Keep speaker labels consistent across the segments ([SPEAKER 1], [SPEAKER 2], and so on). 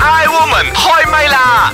[SPEAKER 1] Iwoman 開唛啦！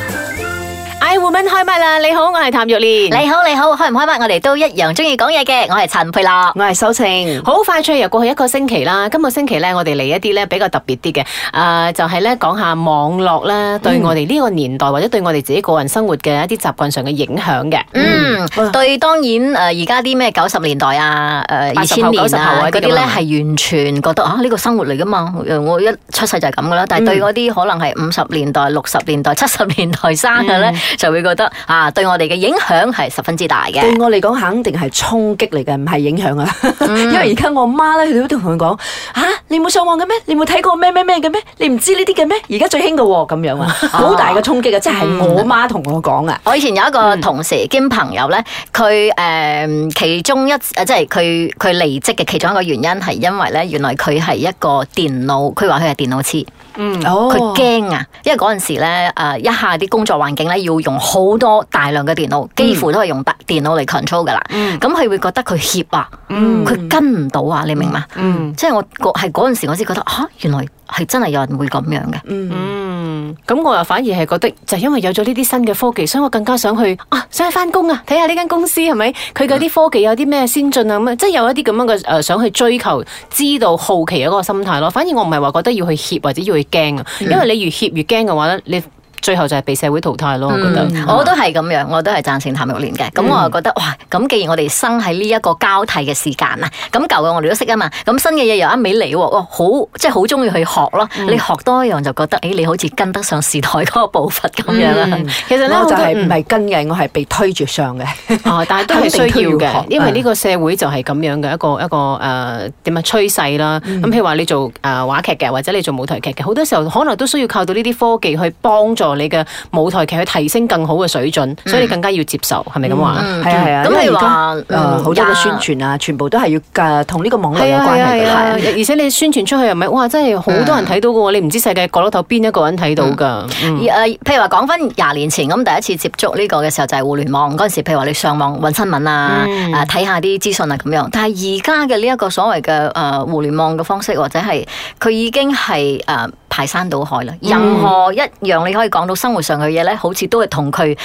[SPEAKER 2] I woman 開唛啦！你好，我係譚玉蓮。
[SPEAKER 3] 你好，你好，開唔開麥？我哋都一樣中意講嘢嘅。我係陳佩樂，
[SPEAKER 4] 我係修晴。
[SPEAKER 2] 好快脆啊又過去一個星期啦，今個星期咧，我哋嚟一啲咧比較特別啲嘅，誒、啊就係咧講下網絡咧對我哋呢個年代、或者對我哋自己個人生活嘅一啲習慣上嘅影響嘅。
[SPEAKER 3] 嗯，對，當然誒，而家啲咩九十年代啊，誒二
[SPEAKER 2] 80
[SPEAKER 3] 千
[SPEAKER 2] 後
[SPEAKER 3] 年啊
[SPEAKER 2] 90後嗰啲
[SPEAKER 3] 嗰啲咧
[SPEAKER 2] 咁啊
[SPEAKER 3] 係完全覺得啊呢個生活嚟噶嘛，誒我一出世就係咁噶啦。
[SPEAKER 2] 嗯
[SPEAKER 3] 但係對嗰啲可能係五十年代、六十年代、七十年代生嘅
[SPEAKER 2] 嗯
[SPEAKER 3] 咧，就會覺得啊對我哋嘅影響係十分之大嘅。
[SPEAKER 4] 對我嚟講，肯定係衝擊嚟嘅，唔係影響啊！ 因為而家我媽咧，佢都同佢講：吓、你冇上網嘅咩？你冇睇過咩咩咩嘅咩？你唔知呢啲嘅咩？而家最興嘅喎，咁樣啊，好大嘅衝擊啊！即係我媽同我講啊，
[SPEAKER 3] 我以前有一個同事兼朋友咧，佢誒、嗯其中一誒即係佢佢離職嘅其中一個原因係因為咧，原來佢係一個電腦，佢話佢係電腦痴，佢
[SPEAKER 4] 哦
[SPEAKER 3] 驚啊，因為嗰陣時咧誒、呃一下啲工作環境咧要用好多大量嘅電腦，幾乎都係用大電腦嚟 control 噶啦，咁佢、會覺得佢怯啊，佢、跟唔到啊，你明嘛？
[SPEAKER 2] 嗯
[SPEAKER 3] 即係我嗰係嗰陣時我先覺得嚇、原來係真係有人會咁樣嘅。
[SPEAKER 2] 嗯，咁我又反而係覺得，就因為有咗呢啲新嘅科技，所以我更加想去啊，想去翻工啊，睇下呢間公司係咪佢嗰啲科技有啲咩先進啊咁啊，即係有一啲咁樣嘅誒、呃想去追求、知道、好奇嘅嗰個心態咯。反而我唔係話覺得要去怯或者要去驚啊，
[SPEAKER 4] 嗯
[SPEAKER 2] 因為你越怯越驚嘅話咧，你最後就係被社會淘汰咯。我覺得，
[SPEAKER 3] 嗯我都係咁樣，我都係贊成譚玉蓮嘅。咁
[SPEAKER 4] 嗯
[SPEAKER 3] 我又覺得哇，咁既然我哋生喺呢一個交替嘅時間啦，咁舊嘅我哋都識啊嘛，咁新嘅嘢又一味嚟喎，哇，好即係好中意去學咯。
[SPEAKER 4] 嗯
[SPEAKER 3] 你學多一樣就覺得，誒，你好似跟得上時代嗰個步伐咁樣啊啦。
[SPEAKER 4] 嗯
[SPEAKER 2] 其實咧，
[SPEAKER 4] 我就係
[SPEAKER 2] 唔
[SPEAKER 4] 唔係跟嘅，我係被推住上嘅。
[SPEAKER 2] 哦，但係都係需
[SPEAKER 4] 肯
[SPEAKER 2] 要
[SPEAKER 4] 定都要學
[SPEAKER 2] 嘅，因為呢個社會就係咁樣嘅一個一個誒點啊趨勢啦。咁譬如話你做誒話劇嘅，或者你做舞台劇嘅，好多時候可能都需要靠到呢啲科技去幫助你嘅舞台劇去提升更好嘅水準，所以你更加要接受，係咪咁話？
[SPEAKER 4] 係啊係啊，
[SPEAKER 3] 咁
[SPEAKER 4] 因為
[SPEAKER 3] 譬如
[SPEAKER 4] 而家
[SPEAKER 3] 話
[SPEAKER 4] 誒
[SPEAKER 3] 嗯
[SPEAKER 4] 好多嘅
[SPEAKER 3] 廿
[SPEAKER 4] 宣傳啊，全部都係要誒同呢個網絡
[SPEAKER 2] 係
[SPEAKER 4] 有
[SPEAKER 2] 啊
[SPEAKER 4] 關
[SPEAKER 2] 係啊
[SPEAKER 4] 係
[SPEAKER 2] 係
[SPEAKER 4] 㗎
[SPEAKER 2] 啊！
[SPEAKER 4] 啦。
[SPEAKER 2] 而且你宣傳出去係咪？哇！真係好多人睇到嘅喎，你唔知世界角落頭邊一個人睇到㗎。嗯
[SPEAKER 3] 而呃譬如話講翻廿年前咁第一次接觸呢個嘅時候就係互聯網嗰陣時，譬如話你上網揾新聞啊，
[SPEAKER 2] 嗯
[SPEAKER 3] 誒睇下啲資訊啊咁樣。但係而家嘅呢一個所謂嘅誒互聯網嘅方式，或者係佢已經係誒、呃排山倒海
[SPEAKER 2] 嗯
[SPEAKER 3] 啦。任何一樣你可以講到生活上嘅嘢咧，好似都係同佢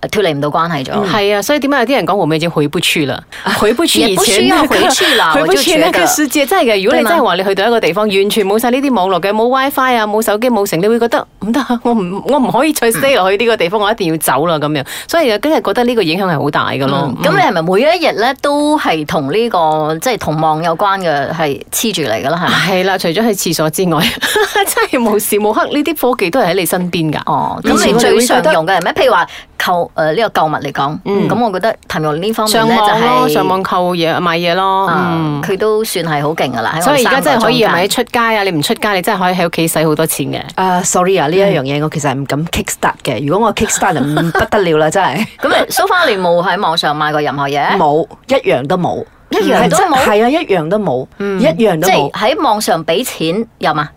[SPEAKER 3] 呃脱離唔到關係咗。
[SPEAKER 2] 係啊，所以點解有啲人講我們已經回不去了，回不去
[SPEAKER 3] 也
[SPEAKER 2] 以
[SPEAKER 3] 不需
[SPEAKER 2] 前
[SPEAKER 3] 要
[SPEAKER 2] 那個，
[SPEAKER 3] 回去啦
[SPEAKER 2] 回
[SPEAKER 3] 我
[SPEAKER 2] 不
[SPEAKER 3] 就
[SPEAKER 2] 去
[SPEAKER 3] 覺
[SPEAKER 2] 那個
[SPEAKER 3] 得
[SPEAKER 2] 世界真係嘅。如果你
[SPEAKER 3] 對嘛
[SPEAKER 2] 真係話你去到一個地方，完全冇晒呢啲網絡嘅，冇 WiFi 啊，冇手機，冇成，你會覺得唔得啊， 我唔我唔可以
[SPEAKER 3] 嗯
[SPEAKER 2] 再 stay 落去呢個地方，我一定要走啦咁樣。所以梗係覺得呢個影響係好大嘅咯。
[SPEAKER 3] 嗯咁你係咪每一日咧都係同呢個即係同網有關嘅係黐住嚟㗎啦？係咪？
[SPEAKER 2] 係啦，除咗去廁所之外， 真係無時無刻呢啲科技都係喺你身邊㗎。
[SPEAKER 3] 哦，
[SPEAKER 2] 以
[SPEAKER 3] 咁
[SPEAKER 2] 前
[SPEAKER 3] 你
[SPEAKER 2] 我哋
[SPEAKER 3] 最
[SPEAKER 2] 會覺
[SPEAKER 3] 常
[SPEAKER 2] 得嗯
[SPEAKER 3] 用嘅係咩？譬如話購誒呢個購物嚟講，咁我覺得譚玉蓮呢方面
[SPEAKER 2] 上
[SPEAKER 3] 嗯咧就
[SPEAKER 2] 網咯，上
[SPEAKER 3] 係
[SPEAKER 2] 網購嘢買嘢咯。
[SPEAKER 3] 啊
[SPEAKER 2] 嗯
[SPEAKER 3] 佢都算係好勁噶啦。喺我哋
[SPEAKER 2] 所以而家
[SPEAKER 3] 三個
[SPEAKER 2] 真係可以係
[SPEAKER 3] 中間
[SPEAKER 2] 咪出街啊？你唔出街，你真係可以喺屋企使好多錢嘅。
[SPEAKER 4] 啊，sorry 啊，呢一樣嘢我其實係唔敢 kickstart 嘅。如果我 kickstart 就唔不得了啦，真係
[SPEAKER 3] 咁你 so far 你冇喺網上買過任何嘢，
[SPEAKER 4] 冇一樣都冇，
[SPEAKER 3] 一樣都冇嗯
[SPEAKER 4] 係啊，一樣都冇，一樣都
[SPEAKER 3] 即係
[SPEAKER 4] 冇，
[SPEAKER 3] 喺網上俾錢有嘛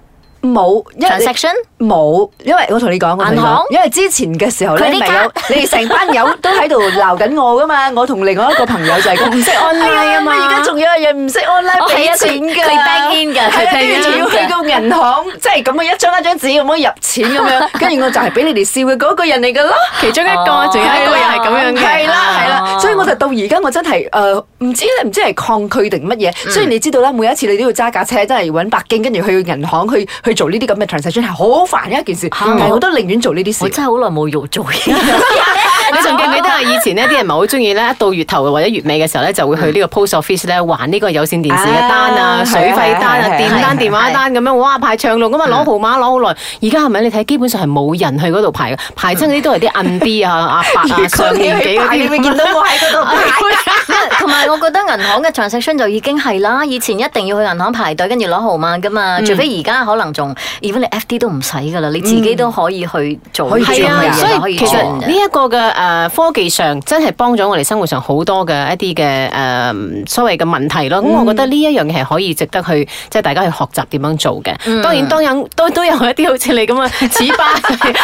[SPEAKER 4] 冇一
[SPEAKER 3] ？transaction
[SPEAKER 4] 冇，因為我同你講，我同你
[SPEAKER 3] 銀
[SPEAKER 4] 講
[SPEAKER 3] 行，
[SPEAKER 4] 因為之前嘅時候咧，
[SPEAKER 3] 佢啲
[SPEAKER 4] 咪
[SPEAKER 3] 卡
[SPEAKER 4] 有你哋成班 友都喺度鬧緊我噶嘛，我同另外一個朋友就係咁唔識 online 啊嘛，而家仲有一樣唔識 online
[SPEAKER 3] 哦
[SPEAKER 4] 俾
[SPEAKER 3] 係啊
[SPEAKER 4] 錢
[SPEAKER 3] 佢
[SPEAKER 4] 㗎，
[SPEAKER 3] 佢 bank in 㗎
[SPEAKER 4] 係啊
[SPEAKER 3] 佢 bank
[SPEAKER 4] 跟住仲要
[SPEAKER 3] in 㗎
[SPEAKER 4] 去到銀行，即係咁嘅一張一張紙咁樣入錢咁樣，跟住我就係俾你哋笑嘅嗰個人嚟㗎咯。
[SPEAKER 2] 其中一
[SPEAKER 3] 哦
[SPEAKER 2] 個，仲有一個又係咁樣嘅。
[SPEAKER 4] 係啦係啦，
[SPEAKER 3] 哦
[SPEAKER 4] 所以我就到而家我真係誒唔知咧，唔知係抗拒定乜嘢。雖然你知道啦，每一次你都要揸架車，真係揾白京，跟住去銀行去去做呢啲咁嘅 transaction 係好煩嘅一件事，但係我都寧願做呢啲
[SPEAKER 3] 我
[SPEAKER 4] 事。
[SPEAKER 3] 真係好耐冇用做嘢。
[SPEAKER 2] 你仲記唔記得啊？以前呢啲人咪好中意咧，一到月頭或者月尾嘅時候咧，就會去呢個 post office 咧還呢個有線電視嘅單啊、
[SPEAKER 4] 啊
[SPEAKER 2] 水費單
[SPEAKER 4] 係
[SPEAKER 2] 啊、
[SPEAKER 4] 啊
[SPEAKER 2] 電單、
[SPEAKER 3] 係啊
[SPEAKER 2] 電話單咁樣，哇排長龍咁嘛，攞號碼攞好耐。而家係咪你睇基本上係冇人去嗰度排嘅，排親嗰啲都係啲摁 B 啊、阿 伯啊、上年紀嗰
[SPEAKER 4] 你
[SPEAKER 2] 啲
[SPEAKER 4] 會。見到我喺嗰度
[SPEAKER 3] 啊 同埋我覺得銀行嘅 transaction 就已經係啦，以前一定要去銀行排隊跟住攞號碼噶嘛，
[SPEAKER 2] 嗯
[SPEAKER 3] 除非而家可能仲 even 你 FD 都唔使噶啦，你自己都可以去做
[SPEAKER 4] 可以
[SPEAKER 3] 呢樣
[SPEAKER 2] 係
[SPEAKER 4] 轉
[SPEAKER 2] 啊，
[SPEAKER 4] 嘅
[SPEAKER 3] 嘢
[SPEAKER 2] 所
[SPEAKER 3] 可
[SPEAKER 2] 以
[SPEAKER 3] 以
[SPEAKER 2] 其實
[SPEAKER 3] 轉
[SPEAKER 2] 呢一個嘅誒呃科技上真係幫咗我哋生活上好多嘅一啲嘅誒所謂嘅問題咯。咁、
[SPEAKER 3] 嗯
[SPEAKER 2] 我覺得呢一樣嘢係可以值得去即係大家去學習點樣做嘅。
[SPEAKER 3] 嗯
[SPEAKER 2] 當然當然都都有一啲好似你咁啊，似 巴誒、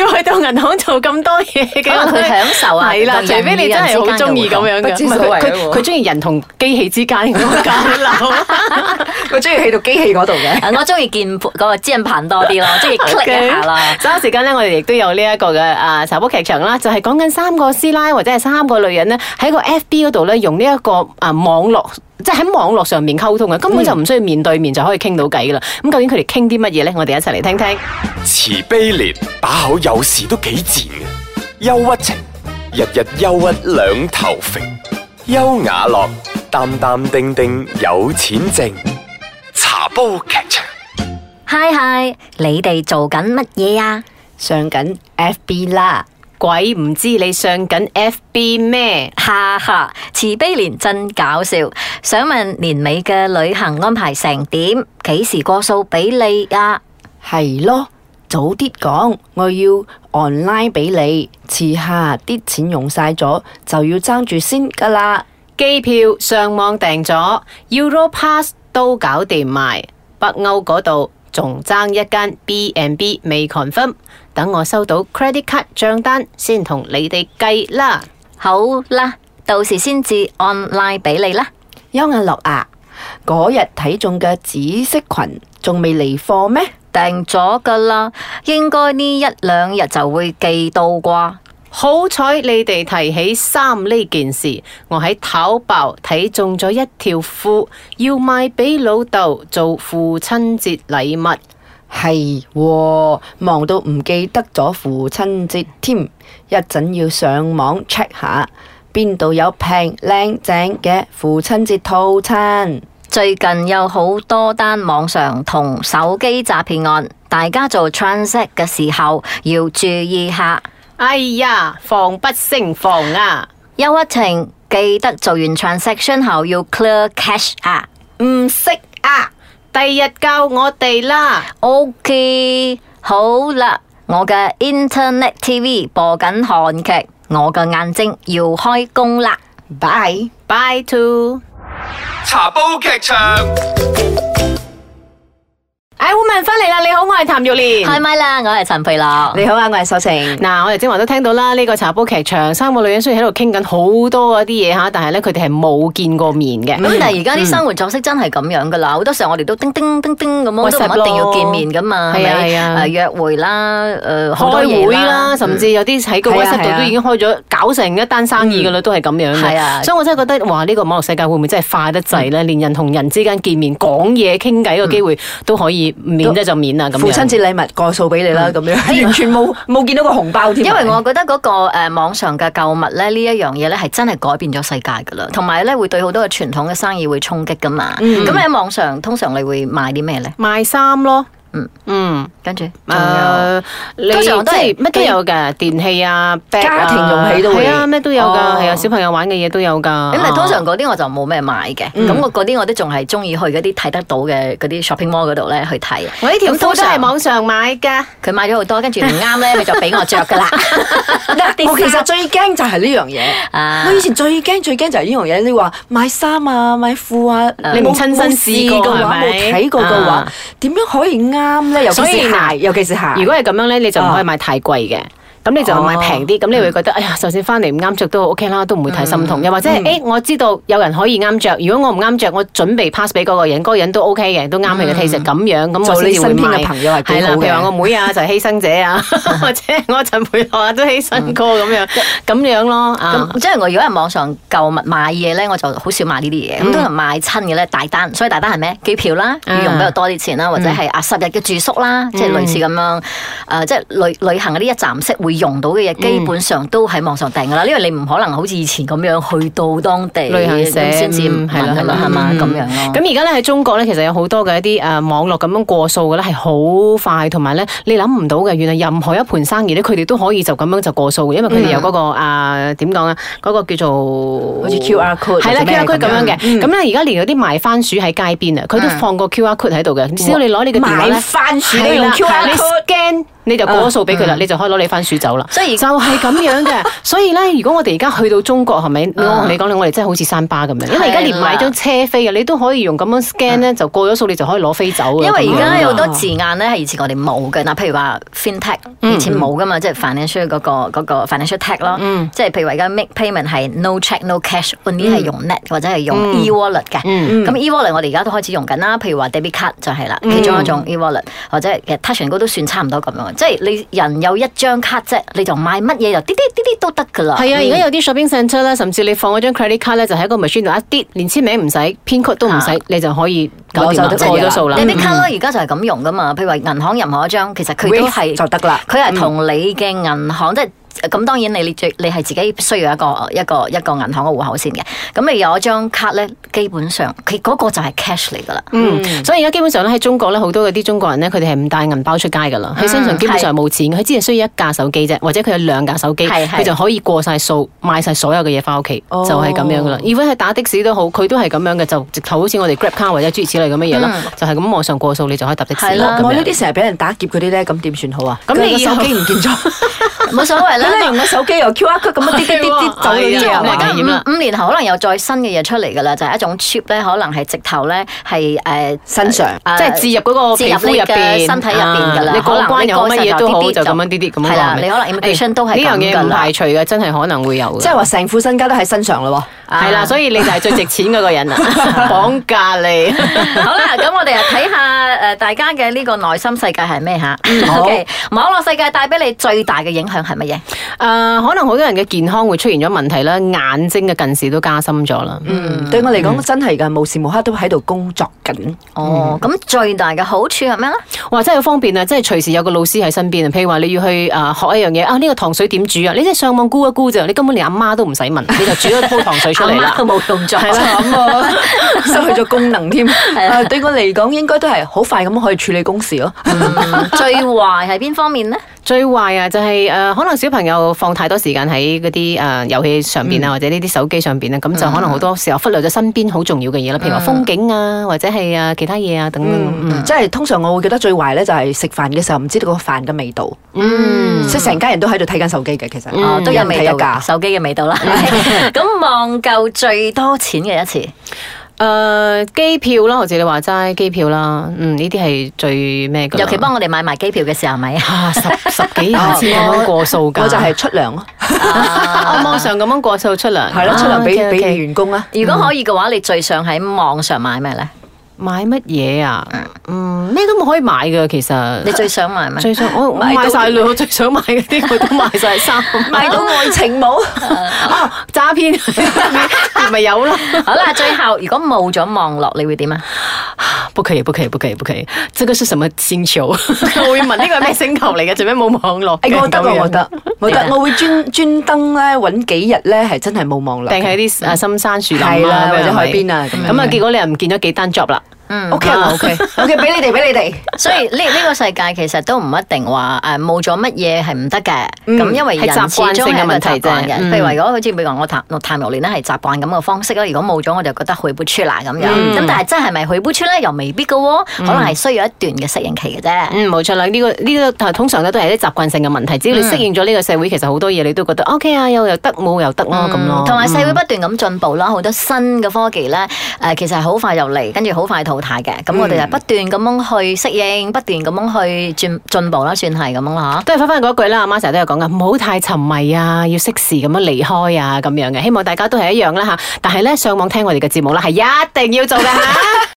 [SPEAKER 2] 要去到銀行做咁多嘢嘅，
[SPEAKER 3] 可能佢享受啊
[SPEAKER 2] 係啦，
[SPEAKER 3] 同
[SPEAKER 2] 除
[SPEAKER 3] 人
[SPEAKER 2] 非你
[SPEAKER 3] 與
[SPEAKER 2] 真
[SPEAKER 3] 人
[SPEAKER 2] 係好
[SPEAKER 3] 之間嘅
[SPEAKER 2] 中意咁樣嘅，
[SPEAKER 4] 互動不知所謂
[SPEAKER 2] 唔係佢
[SPEAKER 4] 喎
[SPEAKER 2] 佢佢中意人同機器之間嗰個交流。
[SPEAKER 4] 佢中意去到機器嗰度嘅。
[SPEAKER 3] 啊我中意鍵盤嗰個鍵盤多 啲咯，中意 click 一下啦。
[SPEAKER 2] 稍後時間咧，我哋亦都有呢一個嘅啊茶煲劇場啦，就係講緊三個師奶或者係三個女人咧喺個 FB 嗰度咧用呢一個啊網絡。即係喺網絡上面溝通嘅，根本就唔需要面對面就可以傾到偈噶啦。咁究竟佢哋傾啲乜嘢咧？我哋一齊嚟聽聽。
[SPEAKER 1] 慈悲烈把口有時都幾賤嘅，憂鬱情日日憂鬱兩頭肥，優雅樂淡淡定定有錢剩，茶煲劇場。
[SPEAKER 3] 嗨嗨，你哋做緊乜嘢啊？
[SPEAKER 4] 上緊 FB 啦，
[SPEAKER 2] 鬼唔知你上緊 FB 咩？
[SPEAKER 3] 哈哈，慈悲蓮真搞笑。想問年尾嘅旅行安排成點？幾時過數俾你啊？
[SPEAKER 4] 係咯，早啲講，我要 online 俾你，遲下啲錢用晒咗就要爭住先噶啦。
[SPEAKER 2] 機票上網訂咗，Euro Pass 都搞掂埋，北歐嗰度仲爭一間 B and B 未 confirm，等我收到 credit card 帳單先同你哋計啦。
[SPEAKER 3] 好啦，到時先至 online 俾你啦。
[SPEAKER 4] 邱眼樂啊，嗰日睇中嘅紫色裙仲未嚟貨咩？
[SPEAKER 3] 訂咗噶啦，應該呢一兩日就會寄到啩。
[SPEAKER 2] 好彩你哋提起衫呢件事，我喺淘寶睇中咗一條褲，要買俾老豆做父親節禮物。
[SPEAKER 4] 係喎，忙到唔記得咗父親節添，一陣要上網 check 下邊度有平靚正嘅父親節套餐。
[SPEAKER 3] 最近有好多單網上同手機詐騙案，大家做 transact 嘅時候要注意下。
[SPEAKER 2] 哎呀，防不勝防啊！
[SPEAKER 3] 憂鬱情記得做完 transaction 後要 clear cash 啊。
[SPEAKER 4] 唔識啊！
[SPEAKER 2] 第日教我哋啦。
[SPEAKER 3] OK，好啦，我嘅 Internet TV 播緊韓劇，我嘅眼睛要開工啦。
[SPEAKER 4] Bye。
[SPEAKER 2] Bye to。
[SPEAKER 1] 茶煲劇場。
[SPEAKER 2] 哎，woman 翻嚟啦！你好，我係譚玉
[SPEAKER 3] 開
[SPEAKER 2] 蓮。
[SPEAKER 3] 咪啦，我係陳佩樂。
[SPEAKER 4] 你好啊，我係秀晴。
[SPEAKER 2] 嗱，我哋正話都聽到啦，呢、個茶煲劇場三個女人雖然喺度傾緊好多嗰啲嘢吓，但係咧佢哋係冇見過面嘅。
[SPEAKER 3] 咁但係而家
[SPEAKER 2] 嗯
[SPEAKER 3] 啲生活作息真係咁樣噶啦，好多時候我哋都叮叮叮叮咁樣，都
[SPEAKER 2] WhatsApp
[SPEAKER 3] 唔一定要見面噶嘛，係
[SPEAKER 2] 咯係啊
[SPEAKER 3] 咪？
[SPEAKER 2] 係啊
[SPEAKER 3] 誒約會啦，嗯誒好多
[SPEAKER 2] 開
[SPEAKER 3] 嘢
[SPEAKER 2] 會啦，甚至有啲喺個
[SPEAKER 4] 係啊
[SPEAKER 2] WhatsApp
[SPEAKER 4] 係
[SPEAKER 2] 度
[SPEAKER 4] 啊
[SPEAKER 2] 都已經開咗，搞成一單生意噶啦，都係咁樣
[SPEAKER 3] 係啊
[SPEAKER 2] 嘅。所以我真係覺得，哇！呢個網絡世界會唔會真係快得滯咧？連人同人之間見面講嘢傾偈嘅機會都可以免得就免啦咁樣。
[SPEAKER 4] 父親節禮物過數俾你啦，咁樣嗯 完全冇冇見到個紅包添。啊
[SPEAKER 3] 因為我覺得嗰個誒網上嘅購物咧，呢一樣嘢咧係真係改變咗世界㗎啦，同埋咧會對好多嘅傳統嘅生意會衝擊㗎嘛。
[SPEAKER 2] 嗯
[SPEAKER 3] 咁喺網上通常你會買啲咩咧？
[SPEAKER 2] 賣衫咯，
[SPEAKER 3] 嗯
[SPEAKER 2] 嗯。
[SPEAKER 3] 跟住仲
[SPEAKER 2] 誒，
[SPEAKER 3] 有
[SPEAKER 2] 呃你
[SPEAKER 3] 通常都係
[SPEAKER 2] 即係乜都有㗎，電器啊、bag 啊
[SPEAKER 4] 家庭用品都會
[SPEAKER 2] 係啊，咩都有㗎，
[SPEAKER 4] 哦
[SPEAKER 2] 係啊，小朋友玩嘅嘢都有㗎。哦
[SPEAKER 3] 咁
[SPEAKER 2] 咁
[SPEAKER 3] 但係通常嗰啲我就冇咩買嘅，
[SPEAKER 2] 嗯
[SPEAKER 3] 咁我嗰啲我都仲係中意去嗰啲睇得到嘅嗰啲 shopping mall 嗰度咧去睇。
[SPEAKER 2] 我呢條褲
[SPEAKER 3] 咁
[SPEAKER 2] 都
[SPEAKER 3] 通常
[SPEAKER 2] 係網上買㗎。
[SPEAKER 3] 佢買咗好多，跟住唔啱咧，佢就俾我着㗎啦。
[SPEAKER 4] 我其實最驚就係呢樣嘢。
[SPEAKER 3] 啊
[SPEAKER 4] 我以前最驚最驚就係呢樣嘢，你話買衫啊、買褲啊，
[SPEAKER 2] 你
[SPEAKER 4] 冇
[SPEAKER 2] 冇親身試過
[SPEAKER 4] 冇嘅
[SPEAKER 2] 係
[SPEAKER 4] 話，
[SPEAKER 2] 咪
[SPEAKER 4] 冇睇過嘅話
[SPEAKER 2] 啊，
[SPEAKER 4] 點樣可以啱咧？尤其
[SPEAKER 2] 所
[SPEAKER 4] 是
[SPEAKER 2] 以嗱
[SPEAKER 4] 鞋，尤其是鞋。
[SPEAKER 2] 如果係咁樣咧，你就唔可以買太貴嘅。咁你就
[SPEAKER 4] 哦
[SPEAKER 2] 買平啲，咁你會覺得，哎呀，就算翻嚟唔啱着都 OK 啦，都唔會太心
[SPEAKER 4] 嗯
[SPEAKER 2] 痛。又或者係，誒，我知道有人可以啱着，如果我唔啱着，我準備 pass 俾嗰個人，嗰個人都 OK 嘅，都啱佢嘅 taste 咁樣，咁我
[SPEAKER 4] 嗯做
[SPEAKER 2] 先
[SPEAKER 4] 你
[SPEAKER 2] 至會
[SPEAKER 4] 身邊
[SPEAKER 2] 買
[SPEAKER 4] 嘅。朋友係
[SPEAKER 2] 係
[SPEAKER 4] 幾
[SPEAKER 2] 啦，
[SPEAKER 4] 好
[SPEAKER 2] 譬如話我
[SPEAKER 4] 嘅。
[SPEAKER 2] 妹啊，就係犧牲者 啊，或者我陳佩樂啊，都犧牲過咁樣，
[SPEAKER 4] 嗯
[SPEAKER 2] 咁樣咯啊。
[SPEAKER 3] 咁即係我如果喺網上購物買嘢咧，我就好少買呢啲嘢。
[SPEAKER 2] 嗯
[SPEAKER 3] 咁通常買親嘅咧大單，所以大單係咩？機票啦，要用比較多啲
[SPEAKER 2] 嗯
[SPEAKER 3] 錢啦，或者係啊十日嘅住宿啦，即係類似咁樣。啊誒，即係旅旅行嗰啲一站式會用到嘅嘢，
[SPEAKER 2] 嗯
[SPEAKER 3] 基本上都喺網上訂噶啦。因為你唔可能好似以前咁樣去到當地
[SPEAKER 2] 旅行社
[SPEAKER 3] 咁先至
[SPEAKER 2] 嗯係啦
[SPEAKER 3] 問噶啦，
[SPEAKER 2] 係啦
[SPEAKER 3] 係嘛
[SPEAKER 2] 嗯
[SPEAKER 3] 咁樣咯。
[SPEAKER 2] 咁而家咧喺中國咧，其實有好多嘅一啲誒網絡咁樣過數嘅咧，係好快，同埋咧你諗唔到嘅，原來任何一盤生意咧，佢哋都可以就咁樣就過數嘅，因為佢哋有嗰個誒點講啊，嗰個叫做
[SPEAKER 4] 嗯好似 QR code
[SPEAKER 2] 係啦
[SPEAKER 4] 或者咩
[SPEAKER 2] QR
[SPEAKER 4] 嗯
[SPEAKER 2] code 咁樣嘅。咁咧而家連嗰啲賣番薯喺街邊啊，佢都放個 QR code 喺度嘅，只要你攞你嘅電話咧
[SPEAKER 4] 嗯買。番薯都
[SPEAKER 2] 係
[SPEAKER 4] 用
[SPEAKER 2] 啦
[SPEAKER 4] QR
[SPEAKER 2] 你
[SPEAKER 4] code。
[SPEAKER 2] scan 你就過咗數俾佢啦，
[SPEAKER 3] 嗯
[SPEAKER 2] 你就可以攞你番薯走啦。
[SPEAKER 3] 所以而
[SPEAKER 2] 就係咁樣 嘅，所以咧，如果我哋而家去到中國，係咪？我
[SPEAKER 3] 啊
[SPEAKER 2] 同你講，我哋真係好似山巴咁樣，因為而家連買張車飛啊，你都可以用咁樣 scan 咧，就過咗數，你就可以攞飛走㗎
[SPEAKER 3] 啊因為而家有好
[SPEAKER 2] 咁樣㗎啊
[SPEAKER 3] 多字眼咧係以前我哋冇嘅，嗱，譬如話 fintech
[SPEAKER 2] 嗯
[SPEAKER 3] 以前冇噶嘛，即係 financial 嗰個嗰個 financial tech 咯，
[SPEAKER 2] 嗯
[SPEAKER 3] 即係譬如話而家 make payment 係 no check no cash，換啲係用 net 或者係用
[SPEAKER 2] 嗯
[SPEAKER 3] e wallet 嘅，咁 e wallet 我哋而家都開始用緊啦，譬如話 debit card 就係啦，
[SPEAKER 2] 嗯
[SPEAKER 3] 其中一種 e wallet 或者其實 touch and go 都算差唔多咁樣，即係你人有一張卡啫，你就買乜嘢就啲啲啲啲都得㗎啦。
[SPEAKER 2] 係啊，而家有啲 shopping centre 咧，甚至你放嗰張 credit card 咧，就喺個 machine 度一啲，連簽名唔使，編曲都唔使
[SPEAKER 3] 啊，
[SPEAKER 2] 你就可以搞掂啦，
[SPEAKER 4] 攞走
[SPEAKER 2] 過咗數啦。嗯
[SPEAKER 3] 你啲卡咯，而家就係咁用噶嘛。譬如話銀行任何一張，其實佢都
[SPEAKER 4] Wave
[SPEAKER 3] 係
[SPEAKER 4] 就得啦
[SPEAKER 3] 佢係同你嘅銀行即係。咁當然你你最你係自己需要一個一個一個銀行嘅戶口先嘅，咁你有一張卡咧，基本上佢嗰個就係 cash 嚟噶啦。
[SPEAKER 2] 嗯，所以而家基本上咧喺中國咧，好多嗰啲中國人咧，佢哋係唔帶銀包出街噶啦，
[SPEAKER 3] 啊
[SPEAKER 2] 佢身上基本上係冇錢嘅，佢只係需要一架手機啫，或者佢有兩架手機，
[SPEAKER 3] 係係
[SPEAKER 2] 佢就可以過晒數，買晒所有嘅嘢翻屋企，就
[SPEAKER 4] 哦
[SPEAKER 2] 係咁樣噶啦。如果係打的士都好，佢都係咁樣嘅，就直頭好似我哋 Grab 卡或者諸如此類咁嘅嘢啦，就係咁網上過數，你就可以搭的士
[SPEAKER 3] 嗯係
[SPEAKER 2] 啦
[SPEAKER 3] 啦。
[SPEAKER 2] 咁
[SPEAKER 4] 我呢
[SPEAKER 2] 樣
[SPEAKER 4] 啲成日俾人打劫嗰啲咧，咁點算好啊？
[SPEAKER 2] 咁你
[SPEAKER 4] 個
[SPEAKER 2] 以後
[SPEAKER 4] 手機唔 見咗，
[SPEAKER 3] 冇所謂啦
[SPEAKER 4] 咁，你用個手機又 QR code 咁啊樣啲啲啲啲走
[SPEAKER 2] 係
[SPEAKER 4] 咗啲
[SPEAKER 2] 啊
[SPEAKER 4] 人
[SPEAKER 2] 係啊
[SPEAKER 4] 啊
[SPEAKER 2] 危險啦
[SPEAKER 3] 五五年後可能有再新嘅嘢出嚟噶啦，就係、一種 chip 咧，可能係直頭咧係誒
[SPEAKER 4] 身上。
[SPEAKER 2] 即係啊置入嗰個皮膚入
[SPEAKER 3] 植入
[SPEAKER 2] 邊、
[SPEAKER 3] 你嘅身體入邊㗎
[SPEAKER 2] 啊
[SPEAKER 3] 啦
[SPEAKER 2] 你過
[SPEAKER 3] 可能
[SPEAKER 2] 關
[SPEAKER 3] 你
[SPEAKER 2] 又
[SPEAKER 3] 過
[SPEAKER 2] 乜
[SPEAKER 3] 實
[SPEAKER 2] 嘢
[SPEAKER 3] 有
[SPEAKER 2] 都好，
[SPEAKER 3] 啲啲
[SPEAKER 2] 就咁
[SPEAKER 3] 就
[SPEAKER 2] 樣啲啲咁樣
[SPEAKER 3] 係啦
[SPEAKER 2] 講嘅
[SPEAKER 3] 你可能 imitation
[SPEAKER 2] 哎
[SPEAKER 3] 都係
[SPEAKER 2] 呢樣
[SPEAKER 3] 咁
[SPEAKER 2] 嘢
[SPEAKER 3] 㗎
[SPEAKER 2] 唔
[SPEAKER 3] 啦
[SPEAKER 2] 排除嘅，真係可能會有嘅。
[SPEAKER 4] 即係話成副身家都喺身上咯
[SPEAKER 2] 係
[SPEAKER 3] 啊
[SPEAKER 2] 啦，所以你就係最值錢嗰個人啦，綁架你。
[SPEAKER 3] 好啦，咁我哋啊睇下诶，大家嘅呢個內心世界係咩吓
[SPEAKER 4] 嗯 好
[SPEAKER 3] ？OK，網絡世界帶俾你最大嘅影響係乜嘢？
[SPEAKER 2] 誒、啊可能好多人嘅健康會出現咗問題啦，眼睛嘅近視都加深咗啦。
[SPEAKER 4] 喎。嗯，對我嚟講真係㗎，無時無刻都喺度工作緊。
[SPEAKER 3] 哦，咁最大嘅好處係咩咧？
[SPEAKER 2] 哇，真係好方便啊！即係隨時有個老師喺身邊啊。譬如話你要去誒、學一樣嘢啊，呢、個糖水點煮啊？你即係上網估一估咋，你根本連阿媽都唔使問， 你就煮咗煲糖水出嚟啦
[SPEAKER 3] 阿媽。都冇用 作。
[SPEAKER 2] 係啦
[SPEAKER 4] 咁啊， 失去咗功能添。啊，對我嚟講應該都係好快咁可以處理公事咯。
[SPEAKER 3] 嗯最壞係邊方面咧？
[SPEAKER 2] 最壞啊，就係、呃可能小朋友放太多時間喺嗰啲誒遊戲上邊啊，或者呢啲手機上邊啊咧，咁就可能好多時候忽略咗身邊好重要嘅嘢啦，譬如話風景啊，或者係啊其他嘢啊等等。
[SPEAKER 4] 嗯，即係通常我會覺得最壞咧就係食飯嘅時候唔知道個飯嘅味道，
[SPEAKER 2] 嗯
[SPEAKER 4] 即係成家人都喺度睇緊手機嘅，其實
[SPEAKER 3] 哦，都有
[SPEAKER 4] 嗯一人睇
[SPEAKER 3] 味道
[SPEAKER 4] 一架
[SPEAKER 3] 㗎，手機嘅味道啦。
[SPEAKER 4] 嗯
[SPEAKER 3] 咁望夠最多錢嘅一次，
[SPEAKER 4] 啊
[SPEAKER 2] 誒呃機票啦，好似你話齋機票啦，嗯，呢啲係最咩㗎啦？？
[SPEAKER 3] 尤其幫我哋買埋機票嘅時候，係咪
[SPEAKER 2] 啊十十幾廿千咁樣過數㗎，
[SPEAKER 4] 我就係出糧咯，
[SPEAKER 2] 啊網上咁樣過數出糧，
[SPEAKER 4] 係咯，出糧俾
[SPEAKER 2] 啊，OK，OK
[SPEAKER 4] 俾員工啦。
[SPEAKER 3] 如果可以嘅話，你最想喺網上買咩咧？
[SPEAKER 2] 買乜嘢啊？嗯，咩都可以買㗎，其
[SPEAKER 3] 你
[SPEAKER 2] 實。
[SPEAKER 3] 最想買咩？
[SPEAKER 2] 最想我我
[SPEAKER 4] 買到
[SPEAKER 2] 買晒啦，我最想買嗰啲我都 買晒衫，
[SPEAKER 4] 買到愛情冇，
[SPEAKER 2] 詐騙咪有啦。
[SPEAKER 3] 好啦，最後如果冇咗網絡，你會點啊？
[SPEAKER 2] 不可以，不可以，不可以，不可以！這個是什麼星球？ 哎我會問呢個係咩星球嚟嘅？做咩冇網絡嘅？
[SPEAKER 4] 誒哎我得
[SPEAKER 2] 咁
[SPEAKER 4] 喎，
[SPEAKER 2] 樣
[SPEAKER 4] 我得，我
[SPEAKER 3] 點
[SPEAKER 4] 得，
[SPEAKER 3] 啊
[SPEAKER 4] 我會專專登咧揾幾日咧係真係冇網絡
[SPEAKER 2] 定
[SPEAKER 4] 嘅，
[SPEAKER 2] 喺啲啊深山樹林
[SPEAKER 4] 係啦
[SPEAKER 2] 啊，
[SPEAKER 4] 或者海
[SPEAKER 2] 邊
[SPEAKER 4] 邊啊咁樣
[SPEAKER 2] 咁啊，結果你又唔見咗幾單 job 啦。
[SPEAKER 4] OK
[SPEAKER 2] 啊
[SPEAKER 4] OK OK，俾你哋俾你哋。
[SPEAKER 3] 所以呢呢個世界其實都唔一定話誒冇咗乜嘢係唔得嘅，咁因為人
[SPEAKER 2] 嗯係習
[SPEAKER 3] 始
[SPEAKER 2] 慣性
[SPEAKER 3] 終
[SPEAKER 2] 嘅
[SPEAKER 3] 係一個
[SPEAKER 2] 問題
[SPEAKER 3] 習慣
[SPEAKER 2] 啫
[SPEAKER 3] 嘅。
[SPEAKER 2] 嗯
[SPEAKER 3] 譬如話，如果好似譬如話我談我談六年咧係習慣咁嘅方式啦，如果冇咗我就覺得去不出啦咁樣。
[SPEAKER 2] 嗯
[SPEAKER 3] 咁但係真係咪去不出咧又未必嘅喎，可能係需要一段嘅適應期嘅啫。
[SPEAKER 2] 嗯，冇錯啦，呢、個呢、個通常咧都係啲習慣性嘅問題。只要你適應咗呢個社會，其實好多嘢你都覺得 O K 啊，又又得冇又得咯咁咯。嗯
[SPEAKER 3] 同埋社會不斷咁進步啦，好多新嘅科技咧，誒其實係好快又嚟，跟住好快淘汰嘅。咁我
[SPEAKER 2] 嗯
[SPEAKER 3] 哋就不斷咁樣去適應，不斷咁樣去進進步啦，算係咁樣啦嚇。
[SPEAKER 2] 都係翻翻嗰句啦，阿媽成日都有講噶，唔好太沉迷啊，要適時咁樣離開啊，咁樣嘅。希望大家都係一樣啦吓。但係咧，上網聽我哋嘅節目啦，係一定要做嘅吓。